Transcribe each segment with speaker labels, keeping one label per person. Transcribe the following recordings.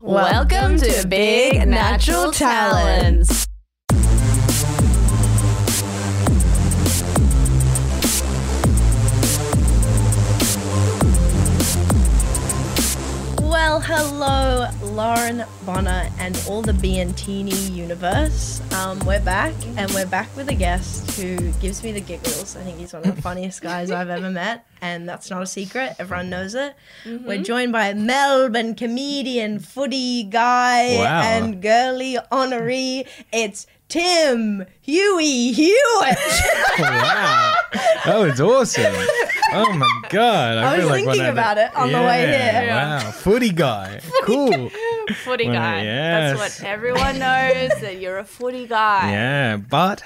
Speaker 1: Welcome to Big Natural Talents. Well, hello, Lauren Bonner and all the Biantini universe. Um, we're back, and we're back with a guest who gives me the giggles. I think he's one of the funniest guys I've ever met, and that's not a secret. Everyone knows it. We're joined by Melbourne comedian, footy guy,
Speaker 2: Wow.
Speaker 1: and girly honoree. It's Tim Huey Hewitt.
Speaker 2: wow. That was awesome. Oh my god.
Speaker 1: I was
Speaker 2: feel like
Speaker 1: thinking
Speaker 2: one of the-
Speaker 1: about it on the way
Speaker 2: Yeah,
Speaker 1: here.
Speaker 3: Yeah.
Speaker 2: Wow. Footy guy. cool.
Speaker 3: footy
Speaker 2: Well,
Speaker 3: guy.
Speaker 2: yes.
Speaker 3: That's what everyone knows that you're a footy guy.
Speaker 2: Yeah. But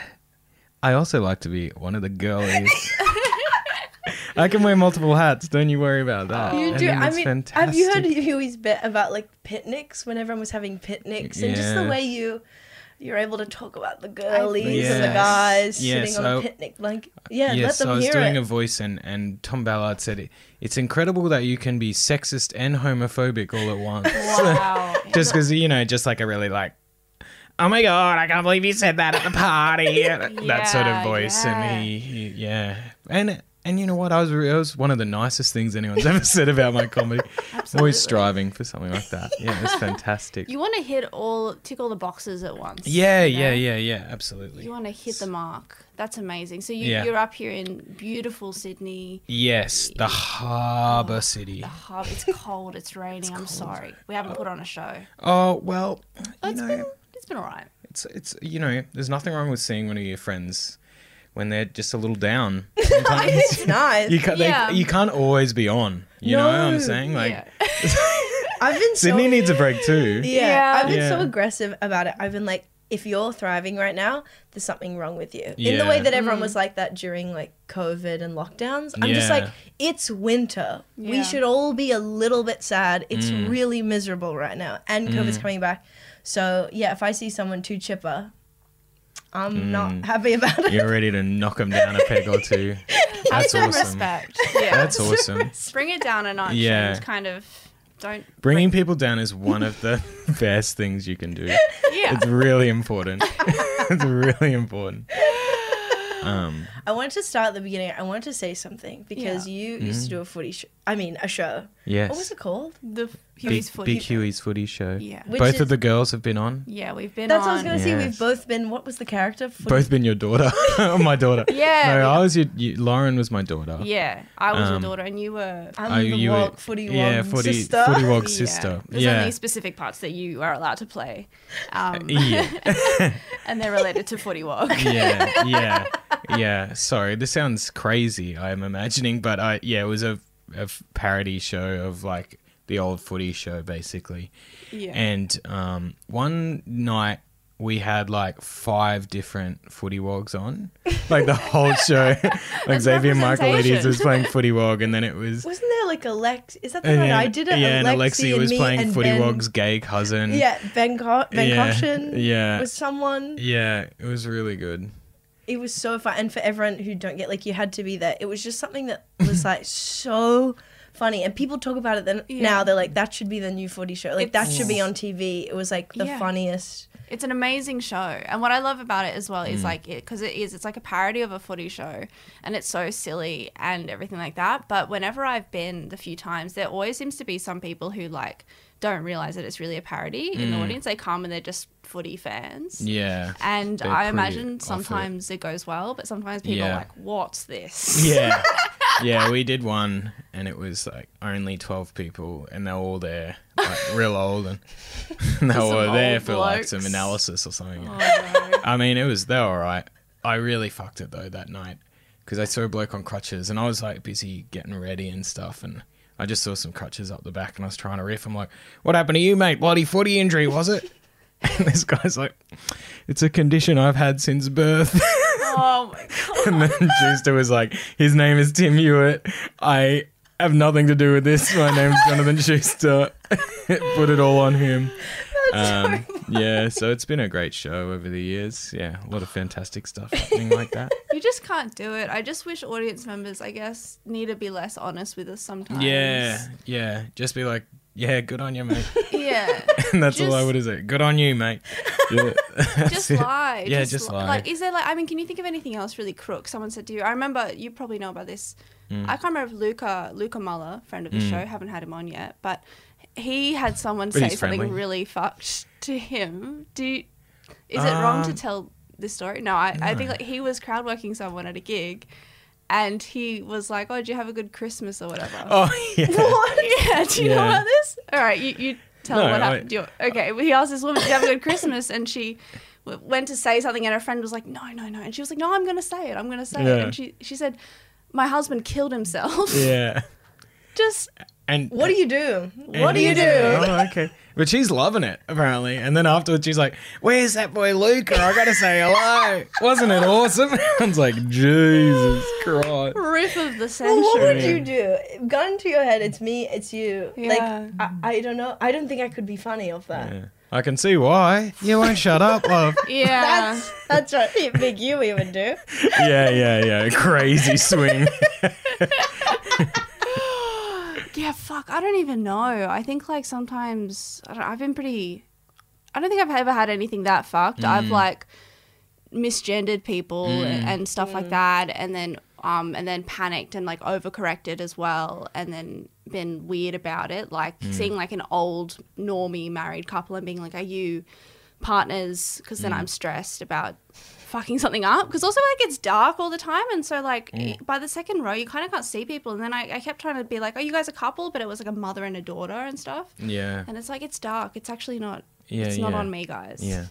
Speaker 2: I also like to be one of the girlies. I can wear multiple hats. Don't you worry about that.
Speaker 1: You
Speaker 2: I
Speaker 1: do.
Speaker 2: think
Speaker 1: I
Speaker 2: it's
Speaker 1: mean, have you heard
Speaker 2: Oh, fantastic.
Speaker 1: Huey's bit about like picnics when everyone was having picnics and just the
Speaker 2: Yeah.
Speaker 1: way you you're able to talk about the girlies and the
Speaker 2: Yes.
Speaker 1: guys
Speaker 2: Yes,
Speaker 1: sitting on a
Speaker 2: I-
Speaker 1: picnic blanket? Yeah, let
Speaker 2: yes,
Speaker 1: them
Speaker 2: I was
Speaker 1: hear
Speaker 2: doing
Speaker 1: it.
Speaker 2: a voice, and, and Tom Ballard said it. It's incredible that you can be sexist and homophobic all at once.
Speaker 3: Wow.
Speaker 2: just because you know, just like a really like, oh my god, I can't believe you said that at the party, that sort of
Speaker 3: Yeah,
Speaker 2: voice,
Speaker 3: yeah.
Speaker 2: and he, he, yeah, and and you know what, I was re- it was one of the nicest things anyone's ever said about my comedy.
Speaker 3: Absolutely.
Speaker 2: Always striving for something like that. Yeah, it was fantastic.
Speaker 3: You want to hit all, tick all the boxes at once.
Speaker 2: yeah,
Speaker 3: you know?
Speaker 2: yeah, yeah, yeah, absolutely.
Speaker 3: You want to hit the mark. That's amazing. So you,
Speaker 2: Yeah.
Speaker 3: you're up here in beautiful Sydney.
Speaker 2: Yes, the harbour city.
Speaker 3: The hub. It's cold. It's raining. I'm sorry. We haven't put on a show.
Speaker 2: Oh well, you
Speaker 3: It's been,
Speaker 2: know.
Speaker 3: it's been all right.
Speaker 2: it's it's you know there's nothing wrong with seeing one of your friends when they're just a little down sometimes
Speaker 1: it's nice.
Speaker 2: you can't they-
Speaker 3: Yeah.
Speaker 2: you can't always be on you know what
Speaker 1: No.
Speaker 2: i'm saying like
Speaker 3: yeah.
Speaker 1: I've been so
Speaker 2: sydney needs a break too
Speaker 1: yeah,
Speaker 3: Yeah.
Speaker 1: I've been so
Speaker 2: Yeah.
Speaker 1: aggressive about it. I've been like, if you're thriving right now, there's something wrong with you. In the
Speaker 2: Yeah.
Speaker 1: way that everyone
Speaker 3: Mm.
Speaker 1: was like that during like COVID and lockdowns. I'm just
Speaker 2: Yeah.
Speaker 1: like, it's winter. We
Speaker 3: Yeah.
Speaker 1: should all be a little bit sad. It's
Speaker 2: Mm.
Speaker 1: really miserable right now. And COVID's coming back. So yeah, if I see someone too chipper, I'm not happy about it.
Speaker 2: Mm. you're ready to knock them down a peg or two
Speaker 3: Have
Speaker 2: that's
Speaker 3: some
Speaker 2: awesome
Speaker 3: respect. Yeah.
Speaker 2: that's awesome
Speaker 3: Bring it down a notch.
Speaker 2: Yeah.
Speaker 3: And kind of don't.
Speaker 2: bringing people down is one of the best things you can do
Speaker 3: Yeah.
Speaker 2: it's really important it's really important um
Speaker 1: I wanted to start at the beginning. I wanted to say something because you used to do a footy sh- I mean a show.
Speaker 2: Mm-hmm. yes
Speaker 1: What was it called?
Speaker 3: The
Speaker 2: Big,
Speaker 3: Huey's footy.
Speaker 2: Big Huey's footy show.
Speaker 3: Yeah.
Speaker 1: Which
Speaker 2: Both
Speaker 1: is-
Speaker 2: of the girls have been on.
Speaker 3: Yeah, we've been
Speaker 1: That's
Speaker 3: on.
Speaker 1: what I was gonna say. We've
Speaker 2: Yes.
Speaker 1: both been what was the character? Footy-
Speaker 2: both been your daughter. Oh, my daughter.
Speaker 3: Yeah,
Speaker 2: No,
Speaker 3: we-
Speaker 2: I was your, you, Lauren was my daughter.
Speaker 3: Yeah, I was
Speaker 2: Um,
Speaker 3: your daughter, and you were.
Speaker 1: I'm
Speaker 2: Oh,
Speaker 1: the
Speaker 2: you were-
Speaker 1: walk, footy walk
Speaker 2: yeah, footy,
Speaker 1: sister.
Speaker 2: footy walk
Speaker 3: yeah.
Speaker 2: sister.
Speaker 3: There's
Speaker 2: yeah.
Speaker 3: only specific parts that you are allowed to play, um,
Speaker 2: yeah,
Speaker 3: and they're related to footy walk.
Speaker 2: yeah, yeah, yeah. Sorry, this sounds crazy. I'm imagining, but I yeah, it was a, a f- parody show of like the old footy show, basically.
Speaker 3: Yeah.
Speaker 2: And um, one night we had like five different footy wogs on, like the whole show. like Xavier Michaelides
Speaker 3: representation.
Speaker 2: was playing footy wog, and then it was
Speaker 1: Wasn't there like Alex? Is that the
Speaker 2: And
Speaker 1: one
Speaker 2: then-
Speaker 1: I did it?
Speaker 2: Yeah, and
Speaker 1: Alexi
Speaker 2: Alexi was
Speaker 1: me
Speaker 2: playing
Speaker 1: and
Speaker 2: Footy
Speaker 1: Ben-
Speaker 2: Wog's gay cousin.
Speaker 1: Yeah, Ben, Co- ben
Speaker 2: Yeah,
Speaker 1: Caution
Speaker 2: yeah.
Speaker 1: was someone.
Speaker 2: Yeah, it was really good.
Speaker 1: It was so fun. And for everyone who don't get, like, you had to be there. It was just something that was like so funny. And people talk about it then
Speaker 3: Yeah.
Speaker 1: now. They're like, that should be the new footy show. Like, that should be on TV. It was like the
Speaker 3: Yeah.
Speaker 1: funniest.
Speaker 3: It's an amazing show, and what I love about it as well
Speaker 2: Mm.
Speaker 3: is like it because it is it's like a parody of a footy show, and it's so silly and everything like that. But whenever I've been the few times, there always seems to be some people who like don't realize that it's really a parody in
Speaker 2: Mm.
Speaker 3: the audience. They come and they're just footy fans.
Speaker 2: Yeah.
Speaker 3: And
Speaker 2: They're
Speaker 3: I
Speaker 2: pretty
Speaker 3: imagine
Speaker 2: off it.
Speaker 3: sometimes it. goes well, but sometimes people
Speaker 2: Yeah.
Speaker 3: are like, "What's this?"
Speaker 2: Yeah. yeah, we did one and it was like only 12 people and they're all there, like real old and, and they
Speaker 3: Some
Speaker 2: were there
Speaker 3: old
Speaker 2: for like some
Speaker 3: blokes.
Speaker 2: analysis or something.
Speaker 3: Oh, no.
Speaker 2: I mean, it was, they were all right. I really fucked it though that night because I saw a bloke on crutches and I was like busy getting ready and stuff and I just saw some crutches up the back and I was trying to riff. I'm like, what happened to you, mate? Bloody footy injury, was it? And this guy's like, it's a condition I've had since birth.
Speaker 3: Oh my god!
Speaker 2: And then Schuster was like, his name is Tim Hewitt. I have nothing to do with this. My name's Jonathan Schuster. Put it all on him. Um, yeah, so it's been a great show over the years. Yeah, a lot of fantastic stuff happening like that.
Speaker 3: You just can't do it. I just wish audience members, I guess, need to be less honest with us sometimes.
Speaker 2: Yeah, yeah. Just be like, Yeah, good on you, mate.
Speaker 3: Yeah.
Speaker 2: and that's all I
Speaker 3: Just-
Speaker 2: would is it. Good on you, mate. Yeah, that's
Speaker 3: just
Speaker 2: it.
Speaker 3: lie.
Speaker 2: Yeah, just, lie.
Speaker 3: Like, is there like? I mean, can you think of anything else really crook? Someone said to you. I remember you probably know about this.
Speaker 2: Mm.
Speaker 3: I can't remember if Luca Luca Muller, friend of the show, haven't had him on yet, but he had someone
Speaker 2: But
Speaker 3: say
Speaker 2: he's
Speaker 3: something
Speaker 2: friendly.
Speaker 3: really fucked to him. Do you, is it wrong to
Speaker 2: Um,
Speaker 3: tell this story? No, I, I think
Speaker 2: no.
Speaker 3: like he was crowd working someone at a gig, and he was like, "Oh, did you have a good Christmas or whatever?"
Speaker 2: oh yeah.
Speaker 3: What? Yeah, do you know
Speaker 2: Yeah.
Speaker 3: about this? All right, you, you tell
Speaker 2: No,
Speaker 3: what
Speaker 2: I-
Speaker 3: happened. You- okay, well, he asked this woman, Did you have a good Christmas? And she w- went to say something, and her friend was like, No, no, no. And she was like, No, I'm going to say it. I'm going to say it.
Speaker 2: Yeah.
Speaker 3: And she, she said, My husband killed himself.
Speaker 2: Yeah.
Speaker 3: Just,
Speaker 2: And
Speaker 1: What do you do?
Speaker 2: and
Speaker 1: What do you
Speaker 2: he's
Speaker 1: do?
Speaker 2: like, Oh, okay. But she's loving it apparently. And then afterwards, she's like, "Where's that boy Luca? I gotta say hello. Wasn't it awesome?" I was like, "Jesus Christ."
Speaker 3: proof of the
Speaker 1: Well, what
Speaker 3: century.
Speaker 1: would you do? Gun to your head. It's me. It's you.
Speaker 3: Yeah.
Speaker 1: Like I, I don't know. I don't think I could be funny off that.
Speaker 2: Yeah. I can see why you won't shut up, love.
Speaker 3: yeah.
Speaker 1: That's that's what Big U even do.
Speaker 2: yeah, yeah, yeah. Crazy swing.
Speaker 3: yeah, fuck. I don't even know. I think, like, sometimes I don't, I've been pretty. I don't think I've ever had anything that fucked.
Speaker 2: Mm.
Speaker 3: I've, like, misgendered people and, and stuff like that and then um and then panicked and like overcorrected as well and then been weird about it like
Speaker 2: Mm.
Speaker 3: seeing like an old normie married couple and being like are you partners because
Speaker 2: Mm.
Speaker 3: then i'm stressed about fucking something up because also like it's dark all the time and so like by the second row you kind of can't see people and then I, I kept trying to be like are you guys a couple but it was like a mother and a daughter and stuff
Speaker 2: Yeah,
Speaker 3: and it's like it's dark it's actually not
Speaker 2: yeah,
Speaker 3: it's
Speaker 2: yeah.
Speaker 3: not on me guys
Speaker 2: Yeah,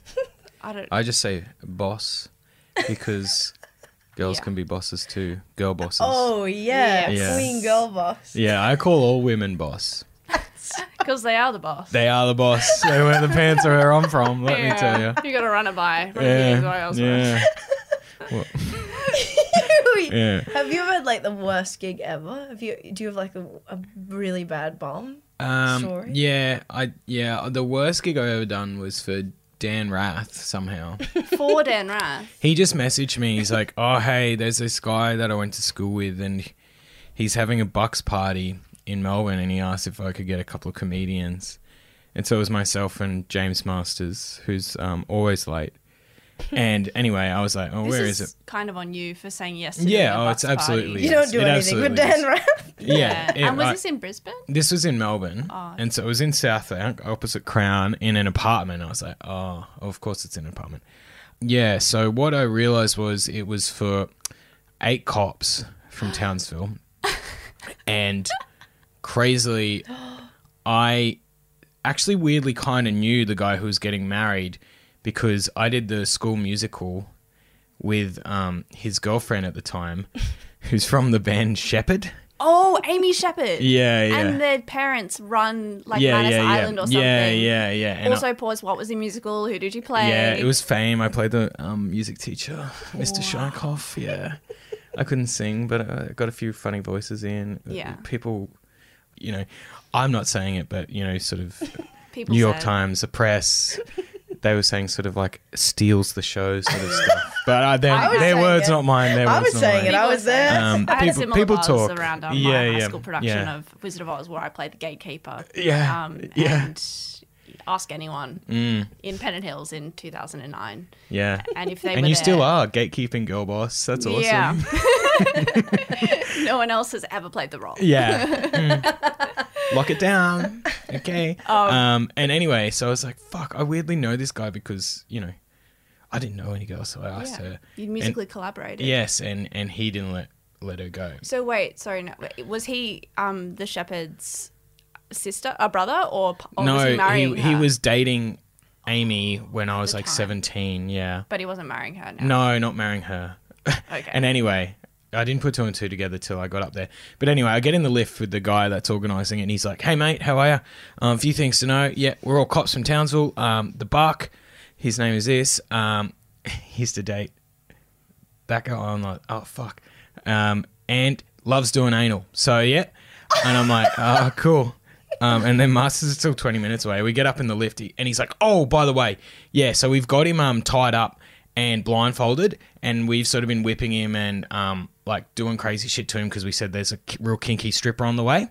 Speaker 3: i don't
Speaker 2: I just say boss because girls
Speaker 3: Yeah.
Speaker 2: can be bosses too. Girl bosses.
Speaker 1: Oh yeah,
Speaker 2: Yes.
Speaker 1: queen girl boss.
Speaker 2: Yeah, I call all women boss.
Speaker 3: because they are the boss
Speaker 2: They are the boss. They wear the pants where I'm from. Let me tell you.
Speaker 3: gotta run it by. Run it by
Speaker 2: Yeah,
Speaker 3: elsewhere.
Speaker 2: yeah, yeah.
Speaker 1: Have you ever had like the worst gig ever? Have you? Do you have like a, a really bad bomb?
Speaker 2: Um,
Speaker 1: Sorry.
Speaker 2: yeah, I yeah. The worst gig I ever done was for Dan Rath. Somehow
Speaker 3: For Dan Rath.
Speaker 2: he just messaged me. He's like, "Oh hey, there's this guy that I went to school with, and he's having a bucks party in Melbourne, and he asked if I could get a couple of comedians." And so it was myself and James Masters, who's um, always late. And anyway, I was like, "Oh,
Speaker 3: This
Speaker 2: where
Speaker 3: is
Speaker 2: is it?"
Speaker 3: kind of on you for saying yes to doing
Speaker 2: Yeah,
Speaker 3: a
Speaker 2: oh,
Speaker 3: Bucks
Speaker 2: it's absolutely-
Speaker 1: You don't
Speaker 3: party.
Speaker 2: Yes,
Speaker 1: do
Speaker 2: it
Speaker 1: anything with
Speaker 2: absolutely
Speaker 1: Dan
Speaker 2: is.
Speaker 1: Rath.
Speaker 2: Yeah, yeah,
Speaker 3: and was
Speaker 2: I-
Speaker 3: this in Brisbane?
Speaker 2: This was in Melbourne,
Speaker 3: Oh.
Speaker 2: and so it was in Southbank, opposite Crown, in an apartment. I was like, oh, of course it's in an apartment. Yeah. So what I realized was it was for eight cops from Townsville, and crazily, I actually weirdly kind of knew the guy who was getting married because I did the school musical with um, his girlfriend at the time, who's from the band Shepherd.
Speaker 3: Oh, Amy Shepherd.
Speaker 2: Yeah, yeah.
Speaker 3: And their parents run like
Speaker 2: yeah,
Speaker 3: Manus
Speaker 2: yeah,
Speaker 3: Island
Speaker 2: yeah.
Speaker 3: or something.
Speaker 2: Yeah, yeah, yeah. And I-
Speaker 3: also, pause. What was the musical? Who did you play?
Speaker 2: yeah, it was fame. I played the um, music teacher, Mr. Sharkoff. Yeah, I couldn't sing, but I got a few funny voices in.
Speaker 3: Yeah.
Speaker 2: people, you know, I'm not saying it, but you know, sort of
Speaker 3: People
Speaker 2: New York
Speaker 3: said.
Speaker 2: Times, the press. They were saying sort of like steals the show sort of stuff, but uh,
Speaker 3: I
Speaker 2: their,
Speaker 3: was
Speaker 2: their
Speaker 1: saying
Speaker 2: words,
Speaker 1: it.
Speaker 2: not mine. Their
Speaker 1: I was
Speaker 2: words, not
Speaker 1: saying
Speaker 2: mine.
Speaker 1: it. I was there.
Speaker 2: Um,
Speaker 3: I had a
Speaker 2: people-
Speaker 3: similar
Speaker 2: people
Speaker 3: buzz
Speaker 2: talk.
Speaker 3: around um,
Speaker 2: Yeah,
Speaker 3: my high
Speaker 2: yeah,
Speaker 3: school production
Speaker 2: yeah.
Speaker 3: of Wizard of Oz, where I played the gatekeeper.
Speaker 2: Yeah,
Speaker 3: um,
Speaker 2: yeah. Mm.
Speaker 3: and ask anyone in Pennant Hills in 2009,
Speaker 2: Yeah,
Speaker 3: and if they
Speaker 2: and
Speaker 3: were
Speaker 2: you still
Speaker 3: there-
Speaker 2: are gatekeeping girl boss. That's awesome.
Speaker 3: Yeah. no one else has ever played the role.
Speaker 2: Yeah. Mm. Lock it down. Okay.
Speaker 3: Oh.
Speaker 2: Um, and anyway, so I was like, fuck, I weirdly know this guy because, you know, I didn't know any girl, so I asked her.
Speaker 3: You
Speaker 2: And-
Speaker 3: musically collaborated.
Speaker 2: yes, and, and he didn't let, let her go.
Speaker 3: So wait, sorry, no, wait, was he um the shepherd's sister, a brother, or, p- or oh, was he
Speaker 2: no,
Speaker 3: marrying
Speaker 2: he,
Speaker 3: her?
Speaker 2: he was dating Amy when I was
Speaker 3: the
Speaker 2: like
Speaker 3: time.
Speaker 2: 17, yeah.
Speaker 3: but he wasn't marrying her. Now.
Speaker 2: No, not marrying her.
Speaker 3: Okay.
Speaker 2: And anyway, I didn't put two and two together till I got up there. But anyway, I get in the lift with the guy that's organising it, and he's like, "Hey mate, how are you? Um, a few things to know. Yeah, we're all cops from Townsville. Um, the Buck, his name is this. Um, he's to date that guy. I'm like, oh fuck. Um, and loves doing anal. So yeah, and I'm like, oh cool. Um, and then Masters is still 20 minutes away. We get up in the lift, he- and he's like, "Oh, by the way, yeah. So we've got him um tied up and blindfolded, and we've sort of been whipping him and um like doing crazy shit to him because we said there's a k- real kinky stripper on the way."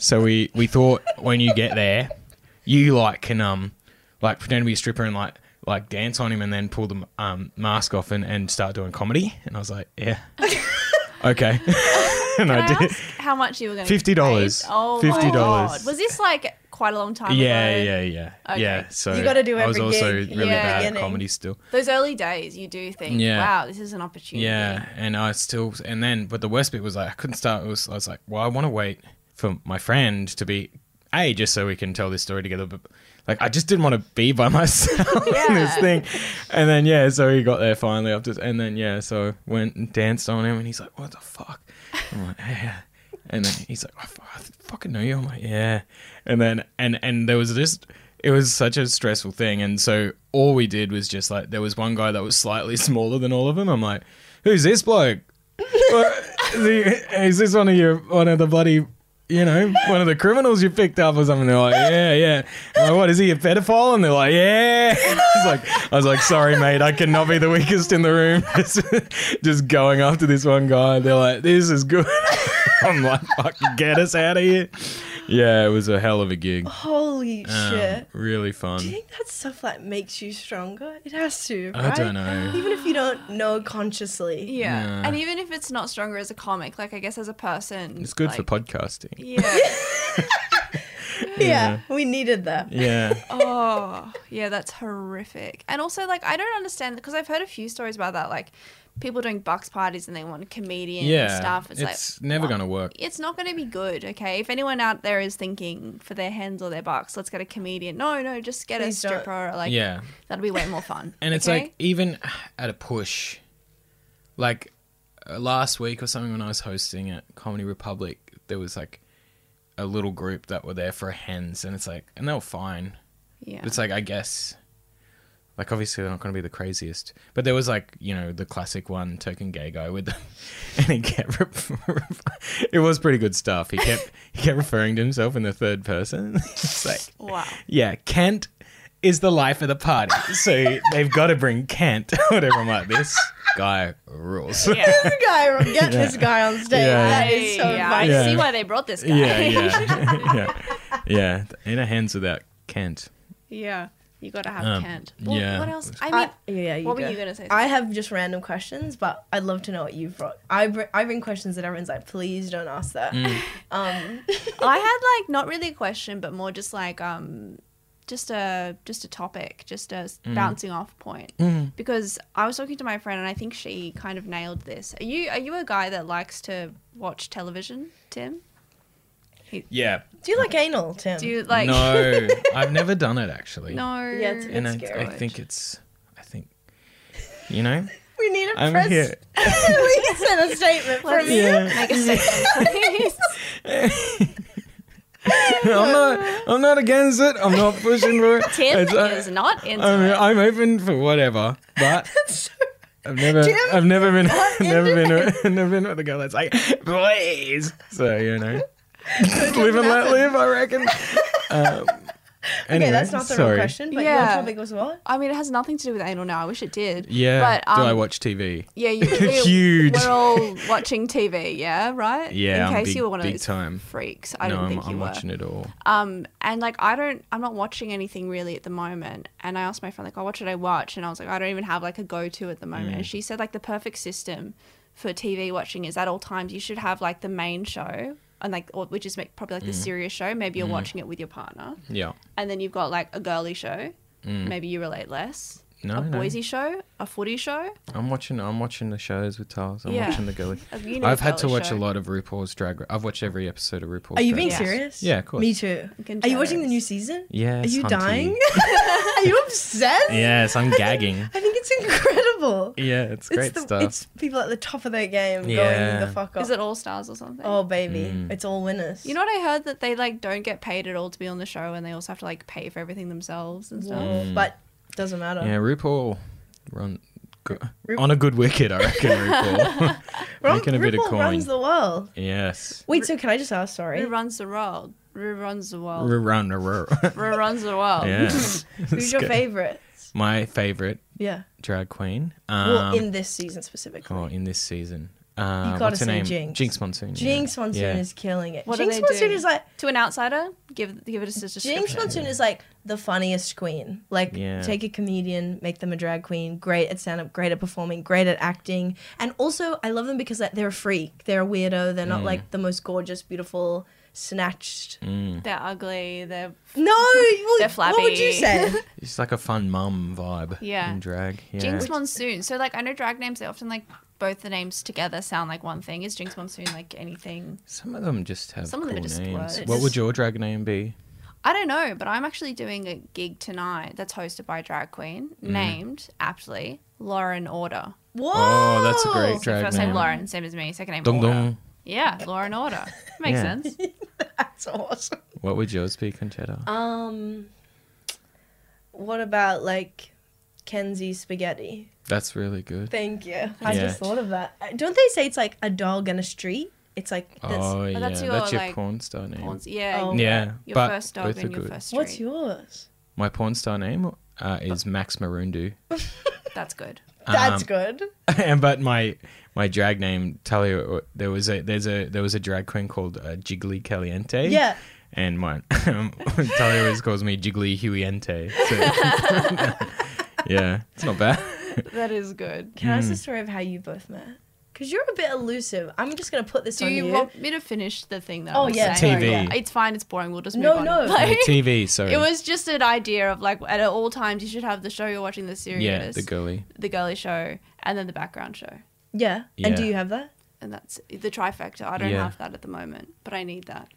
Speaker 2: So we we thought when you get there, you like can um like pretend to be a stripper and like like dance on him and then pull the um mask off and and start doing comedy. And I was like, yeah, okay. and
Speaker 3: Can
Speaker 2: I,
Speaker 3: I
Speaker 2: did.
Speaker 3: ask how much you were going to
Speaker 2: $50.
Speaker 3: Oh, my
Speaker 2: $50.
Speaker 3: God. Was this like quite a long time
Speaker 2: Yeah,
Speaker 3: ago?
Speaker 2: yeah, yeah,
Speaker 3: Okay.
Speaker 2: yeah. So
Speaker 1: You gotta do
Speaker 2: I was
Speaker 1: every
Speaker 2: also
Speaker 1: gig in
Speaker 2: really
Speaker 3: the
Speaker 2: bad at
Speaker 1: beginning.
Speaker 2: comedy still.
Speaker 3: Those early days, you do think,
Speaker 2: Yeah.
Speaker 3: wow, this is an opportunity.
Speaker 2: Yeah, and I still and then but the worst bit was like I couldn't start. It was I was like, well, I want to wait for my friend to be a just so we can tell this story together. But like I just didn't want to be by myself in this
Speaker 3: Yeah.
Speaker 2: thing. And then yeah, so he got there finally after, and then yeah, so went and danced on him, and he's like, what the fuck? I'm like, yeah. And then he's like, I, fu- I fucking know you. I'm like, yeah. And then and and there was just it was such a stressful thing. And so all we did was just like there was one guy that was slightly smaller than all of them. I'm like, who's this bloke? What- the- Is this one of your one of the bloody you know one of the criminals you picked up or something? They're like, yeah, yeah. I'm like, what is he a pedophile? And they're like, yeah. It's like I was like, sorry, mate, I cannot be the weakest in the room. Just, just going after this one guy. They're like, this is good. I'm like, fucking get us out of here. Yeah, it was a hell of a gig.
Speaker 3: Oh,
Speaker 1: Holy
Speaker 2: Um,
Speaker 1: shit.
Speaker 2: Really
Speaker 1: Do you
Speaker 2: fun.
Speaker 1: think that stuff like makes you stronger? It has to.
Speaker 2: I
Speaker 1: right?
Speaker 2: don't know.
Speaker 1: Even if you don't know consciously.
Speaker 3: Yeah.
Speaker 2: Yeah.
Speaker 3: And even if it's not stronger as a comic, like I guess as a person,
Speaker 2: It's good for
Speaker 3: like-
Speaker 2: podcasting.
Speaker 3: Yeah.
Speaker 1: Yeah, we needed that.
Speaker 2: Yeah.
Speaker 3: oh, yeah, that's horrific. And also, like, I don't understand because I've heard a few stories about that, like people doing bucks parties and they want a comedian
Speaker 2: Yeah.
Speaker 3: and stuff. It's,
Speaker 2: It's
Speaker 3: like
Speaker 2: never
Speaker 3: what?
Speaker 2: going to work.
Speaker 3: It's not going to be good, okay? If anyone out there is thinking for their hens or their bucks, let's get a comedian. No, no, just get
Speaker 1: Please
Speaker 3: a
Speaker 1: don't.
Speaker 3: stripper. Or, like,
Speaker 2: Yeah.
Speaker 3: that'll be way more fun.
Speaker 2: And it's
Speaker 3: okay?
Speaker 2: like even at a push, like uh, last week or something when I was hosting at Comedy Republic, there was like a little group that were there for hens, and it's like, and they were fine.
Speaker 3: yeah,
Speaker 2: But it's like I guess, like obviously they're not going to be the craziest, but there was like you know the classic one token gay guy with them, and he kept re- it was pretty good stuff. He kept he kept referring to himself in the third person. it's like
Speaker 3: wow.
Speaker 2: yeah, Kent is the life of the party. So they've got to bring Kent, whatever. I'm like, this guy rules. Yeah,
Speaker 1: This guy, get this guy on stage.
Speaker 2: Yeah.
Speaker 1: That is so
Speaker 3: yeah,
Speaker 1: funny.
Speaker 2: Yeah.
Speaker 3: I see why they brought this guy.
Speaker 2: yeah, yeah. yeah. yeah. Inner hands without Kent.
Speaker 3: Yeah. You got to have
Speaker 2: Um,
Speaker 3: Kent.
Speaker 2: yeah.
Speaker 3: What else? I mean,
Speaker 1: I- yeah, you
Speaker 3: what
Speaker 1: go.
Speaker 3: were you going to say?
Speaker 1: I have just random questions, but I'd love to know what you've brought. I br- I bring questions that everyone's like, please don't ask that.
Speaker 2: Mm.
Speaker 1: Um,
Speaker 3: I had like not really a question, but more just like um, just a just a topic, just a s-
Speaker 2: Mm.
Speaker 3: bouncing off point. Because I was talking to my friend, and I think she kind of nailed this. Are you are you a guy that likes to watch television, Tim?
Speaker 2: Yeah.
Speaker 1: do you like anal, Tim?
Speaker 3: Do you like
Speaker 2: no, I've never done it actually.
Speaker 3: no?
Speaker 1: Yeah, it's a bit
Speaker 2: and I, I
Speaker 1: scary.
Speaker 2: think it's, I think, you know,
Speaker 1: we need a
Speaker 2: I'm
Speaker 1: press.
Speaker 2: here.
Speaker 1: we can send a statement
Speaker 3: Let's
Speaker 1: from you.
Speaker 3: make a statement, please.
Speaker 2: I'm not, I'm not against it. I'm not pushing for it.
Speaker 3: Tim
Speaker 2: It's- I-
Speaker 3: is not into
Speaker 2: I mean,
Speaker 3: it.
Speaker 2: I'm open for whatever, but I've never,
Speaker 1: Jim,
Speaker 2: I've never been, never been,
Speaker 1: into
Speaker 2: never been with a girl that's like, please. So you know, live and let
Speaker 1: nothing.
Speaker 2: live. I reckon. Um, anyway,
Speaker 1: okay, that's not the
Speaker 2: sorry.
Speaker 1: real question, but
Speaker 3: Yeah.
Speaker 1: your topic was what?
Speaker 3: I mean, it has nothing to do with anal now. I wish it did.
Speaker 2: Yeah.
Speaker 3: But um,
Speaker 2: Do I watch TV?
Speaker 3: yeah, you, we-
Speaker 2: Huge.
Speaker 3: We're all watching TV. Yeah, right.
Speaker 2: Yeah,
Speaker 3: In
Speaker 2: I'm
Speaker 3: case
Speaker 2: big,
Speaker 3: you were one of
Speaker 2: big
Speaker 3: those
Speaker 2: time.
Speaker 3: freaks, I
Speaker 2: no,
Speaker 3: didn't
Speaker 2: I'm,
Speaker 3: think you
Speaker 2: I'm
Speaker 3: were.
Speaker 2: watching it all.
Speaker 3: Um, and like I don't, I'm not watching anything really at the moment. And I asked my friend like, "Oh, what should I watch?" And I was like, "I don't even have like a go-to at the moment."
Speaker 2: Mm.
Speaker 3: And she said like the perfect system for TV watching is at all times you should have like the main show and like or, which is like, probably like the
Speaker 2: Mm.
Speaker 3: serious show. Maybe you're watching it with your partner,
Speaker 2: Yeah.
Speaker 3: and then you've got like a girly show. Maybe you relate less.
Speaker 2: Mm. No,
Speaker 3: a
Speaker 2: no.
Speaker 3: Boise show, a footy show.
Speaker 2: I'm watching. I'm watching the shows with Tiles. I'm
Speaker 3: Yeah.
Speaker 2: watching the girly.
Speaker 3: a- you know,
Speaker 2: I've had to
Speaker 3: girly
Speaker 2: watch
Speaker 3: show.
Speaker 2: a lot of RuPaul's Drag Race. I've watched every episode of RuPaul's.
Speaker 1: Are you
Speaker 2: Drag
Speaker 1: being
Speaker 2: Race.
Speaker 1: serious?
Speaker 2: Yeah, of course.
Speaker 1: Me too.
Speaker 3: can
Speaker 1: Are you
Speaker 3: tell
Speaker 1: watching the
Speaker 3: us.
Speaker 1: new season?
Speaker 2: Yes.
Speaker 1: Are you
Speaker 2: Hunty.
Speaker 1: dying? Are you obsessed?
Speaker 2: Yes, I'm gagging.
Speaker 1: I think it's incredible.
Speaker 2: Yeah, it's great
Speaker 1: it's the,
Speaker 2: stuff.
Speaker 1: It's people at the top of their game
Speaker 2: Yeah. Mm.
Speaker 1: going the fuck off.
Speaker 3: Is it All Stars or something?
Speaker 1: oh baby, it's all winners.
Speaker 3: You know what I heard that they like don't get paid at all to be on the show, and they also have to like pay for everything themselves and stuff.
Speaker 1: but doesn't matter.
Speaker 2: Yeah, RuPaul run go,
Speaker 1: Ru-
Speaker 2: on a good wicket, I reckon. RuPaul
Speaker 1: Ron-
Speaker 2: making a bit of
Speaker 1: RuPaul
Speaker 2: coin.
Speaker 1: runs the world.
Speaker 2: yes,
Speaker 1: Wait, so can I just ask? Sorry,
Speaker 3: Who runs the world? Who runs the world?
Speaker 2: rerun rerun.
Speaker 3: Who runs the world?
Speaker 2: yes,
Speaker 1: who's your
Speaker 2: Good.
Speaker 1: favorite?
Speaker 2: My favorite
Speaker 1: Yeah,
Speaker 2: drag queen. Um,
Speaker 1: well, in this season specifically.
Speaker 2: oh, in this season, Uh,
Speaker 1: gotta
Speaker 2: what's her
Speaker 1: see
Speaker 2: name?
Speaker 1: Jinx.
Speaker 2: Jinx Monsoon.
Speaker 1: Jinx Monsoon
Speaker 2: Yeah.
Speaker 1: is killing it.
Speaker 3: What do
Speaker 1: Jinx
Speaker 3: they
Speaker 1: Monsoon
Speaker 3: do?
Speaker 1: is like
Speaker 3: To an outsider, give give it a s- description.
Speaker 1: Jinx Monsoon is like the funniest queen. Like,
Speaker 2: Yeah.
Speaker 1: take a comedian, make them a drag queen. Great at stand up, great at performing, great at acting. And also, I love them because like, they're a freak. They're a weirdo. They're
Speaker 2: Mm.
Speaker 1: not like the most gorgeous, beautiful, snatched.
Speaker 2: Mm.
Speaker 3: They're ugly. They're
Speaker 1: No, well,
Speaker 3: They're
Speaker 1: What would you
Speaker 3: flabby.
Speaker 1: say?
Speaker 2: It's like a fun mum vibe.
Speaker 3: Yeah.
Speaker 2: In drag. Yeah.
Speaker 3: Jinx Monsoon. So like I know drag names. They often like both the names together sound like one thing. Is Jinx Monsoon like anything?
Speaker 2: Some of them just have
Speaker 3: Some of
Speaker 2: cool
Speaker 3: them are just
Speaker 2: names.
Speaker 3: words.
Speaker 2: What would your drag name be?
Speaker 3: I don't know, but I'm actually doing a gig tonight that's hosted by a drag queen
Speaker 2: Mm-hmm.
Speaker 3: named aptly Lauren Order.
Speaker 1: Whoa.
Speaker 2: Oh, that's a great
Speaker 3: So
Speaker 2: drag
Speaker 3: first
Speaker 2: name.
Speaker 3: name Lauren, same as me. Second name
Speaker 2: Dong
Speaker 3: Order.
Speaker 2: dong.
Speaker 3: Yeah, Lauren Order. Makes
Speaker 2: Yeah.
Speaker 3: sense.
Speaker 1: That's awesome.
Speaker 2: What would yours be, Conchetta?
Speaker 1: Um, what about like Kenzie Spaghetti?
Speaker 2: That's really good.
Speaker 1: Thank you. I
Speaker 2: Yeah.
Speaker 1: just thought of that. Uh, Don't they say it's like a dog and a street? It's like that's,
Speaker 2: oh yeah,
Speaker 3: that's
Speaker 2: that's
Speaker 3: your,
Speaker 2: your,
Speaker 3: like,
Speaker 2: porn star name.
Speaker 3: Porns- Yeah.
Speaker 1: Oh.
Speaker 2: Yeah,
Speaker 3: Your
Speaker 2: but
Speaker 3: first dog
Speaker 2: both are
Speaker 3: and your
Speaker 2: good.
Speaker 3: first street.
Speaker 1: what's yours?
Speaker 2: My porn star name uh, is Max Marundu.
Speaker 3: That's good.
Speaker 1: That's
Speaker 2: Um,
Speaker 1: good.
Speaker 2: and but my my drag name tell you uh, there was a there's a there was a drag queen called uh, Jiggly Caliente.
Speaker 1: Yeah.
Speaker 2: And mine, um, Talia always calls me Jiggly Huiente. So. yeah, it's not bad.
Speaker 3: That is good.
Speaker 1: Can I ask the story of how you both met? Because you're a bit elusive. I'm just gonna put this
Speaker 3: Do
Speaker 1: on
Speaker 3: you
Speaker 1: you.
Speaker 3: want me to finish the thing that
Speaker 1: Oh,
Speaker 3: I was
Speaker 1: yeah,
Speaker 3: saying?
Speaker 2: TV. sorry.
Speaker 3: It's fine, it's boring, we'll just
Speaker 1: No,
Speaker 3: move on.
Speaker 1: no.
Speaker 2: Yeah,
Speaker 3: Like-
Speaker 2: TV, sorry.
Speaker 3: It was just an idea of like at all times you should have the show you're watching, the serious,
Speaker 2: yeah, the
Speaker 3: the,
Speaker 2: girly.
Speaker 3: girly show, and then the background show,
Speaker 1: yeah.
Speaker 2: Yeah.
Speaker 1: And do you have that?
Speaker 3: and that's the trifecta. I don't
Speaker 2: Yeah.
Speaker 3: have that at the moment, but I need that.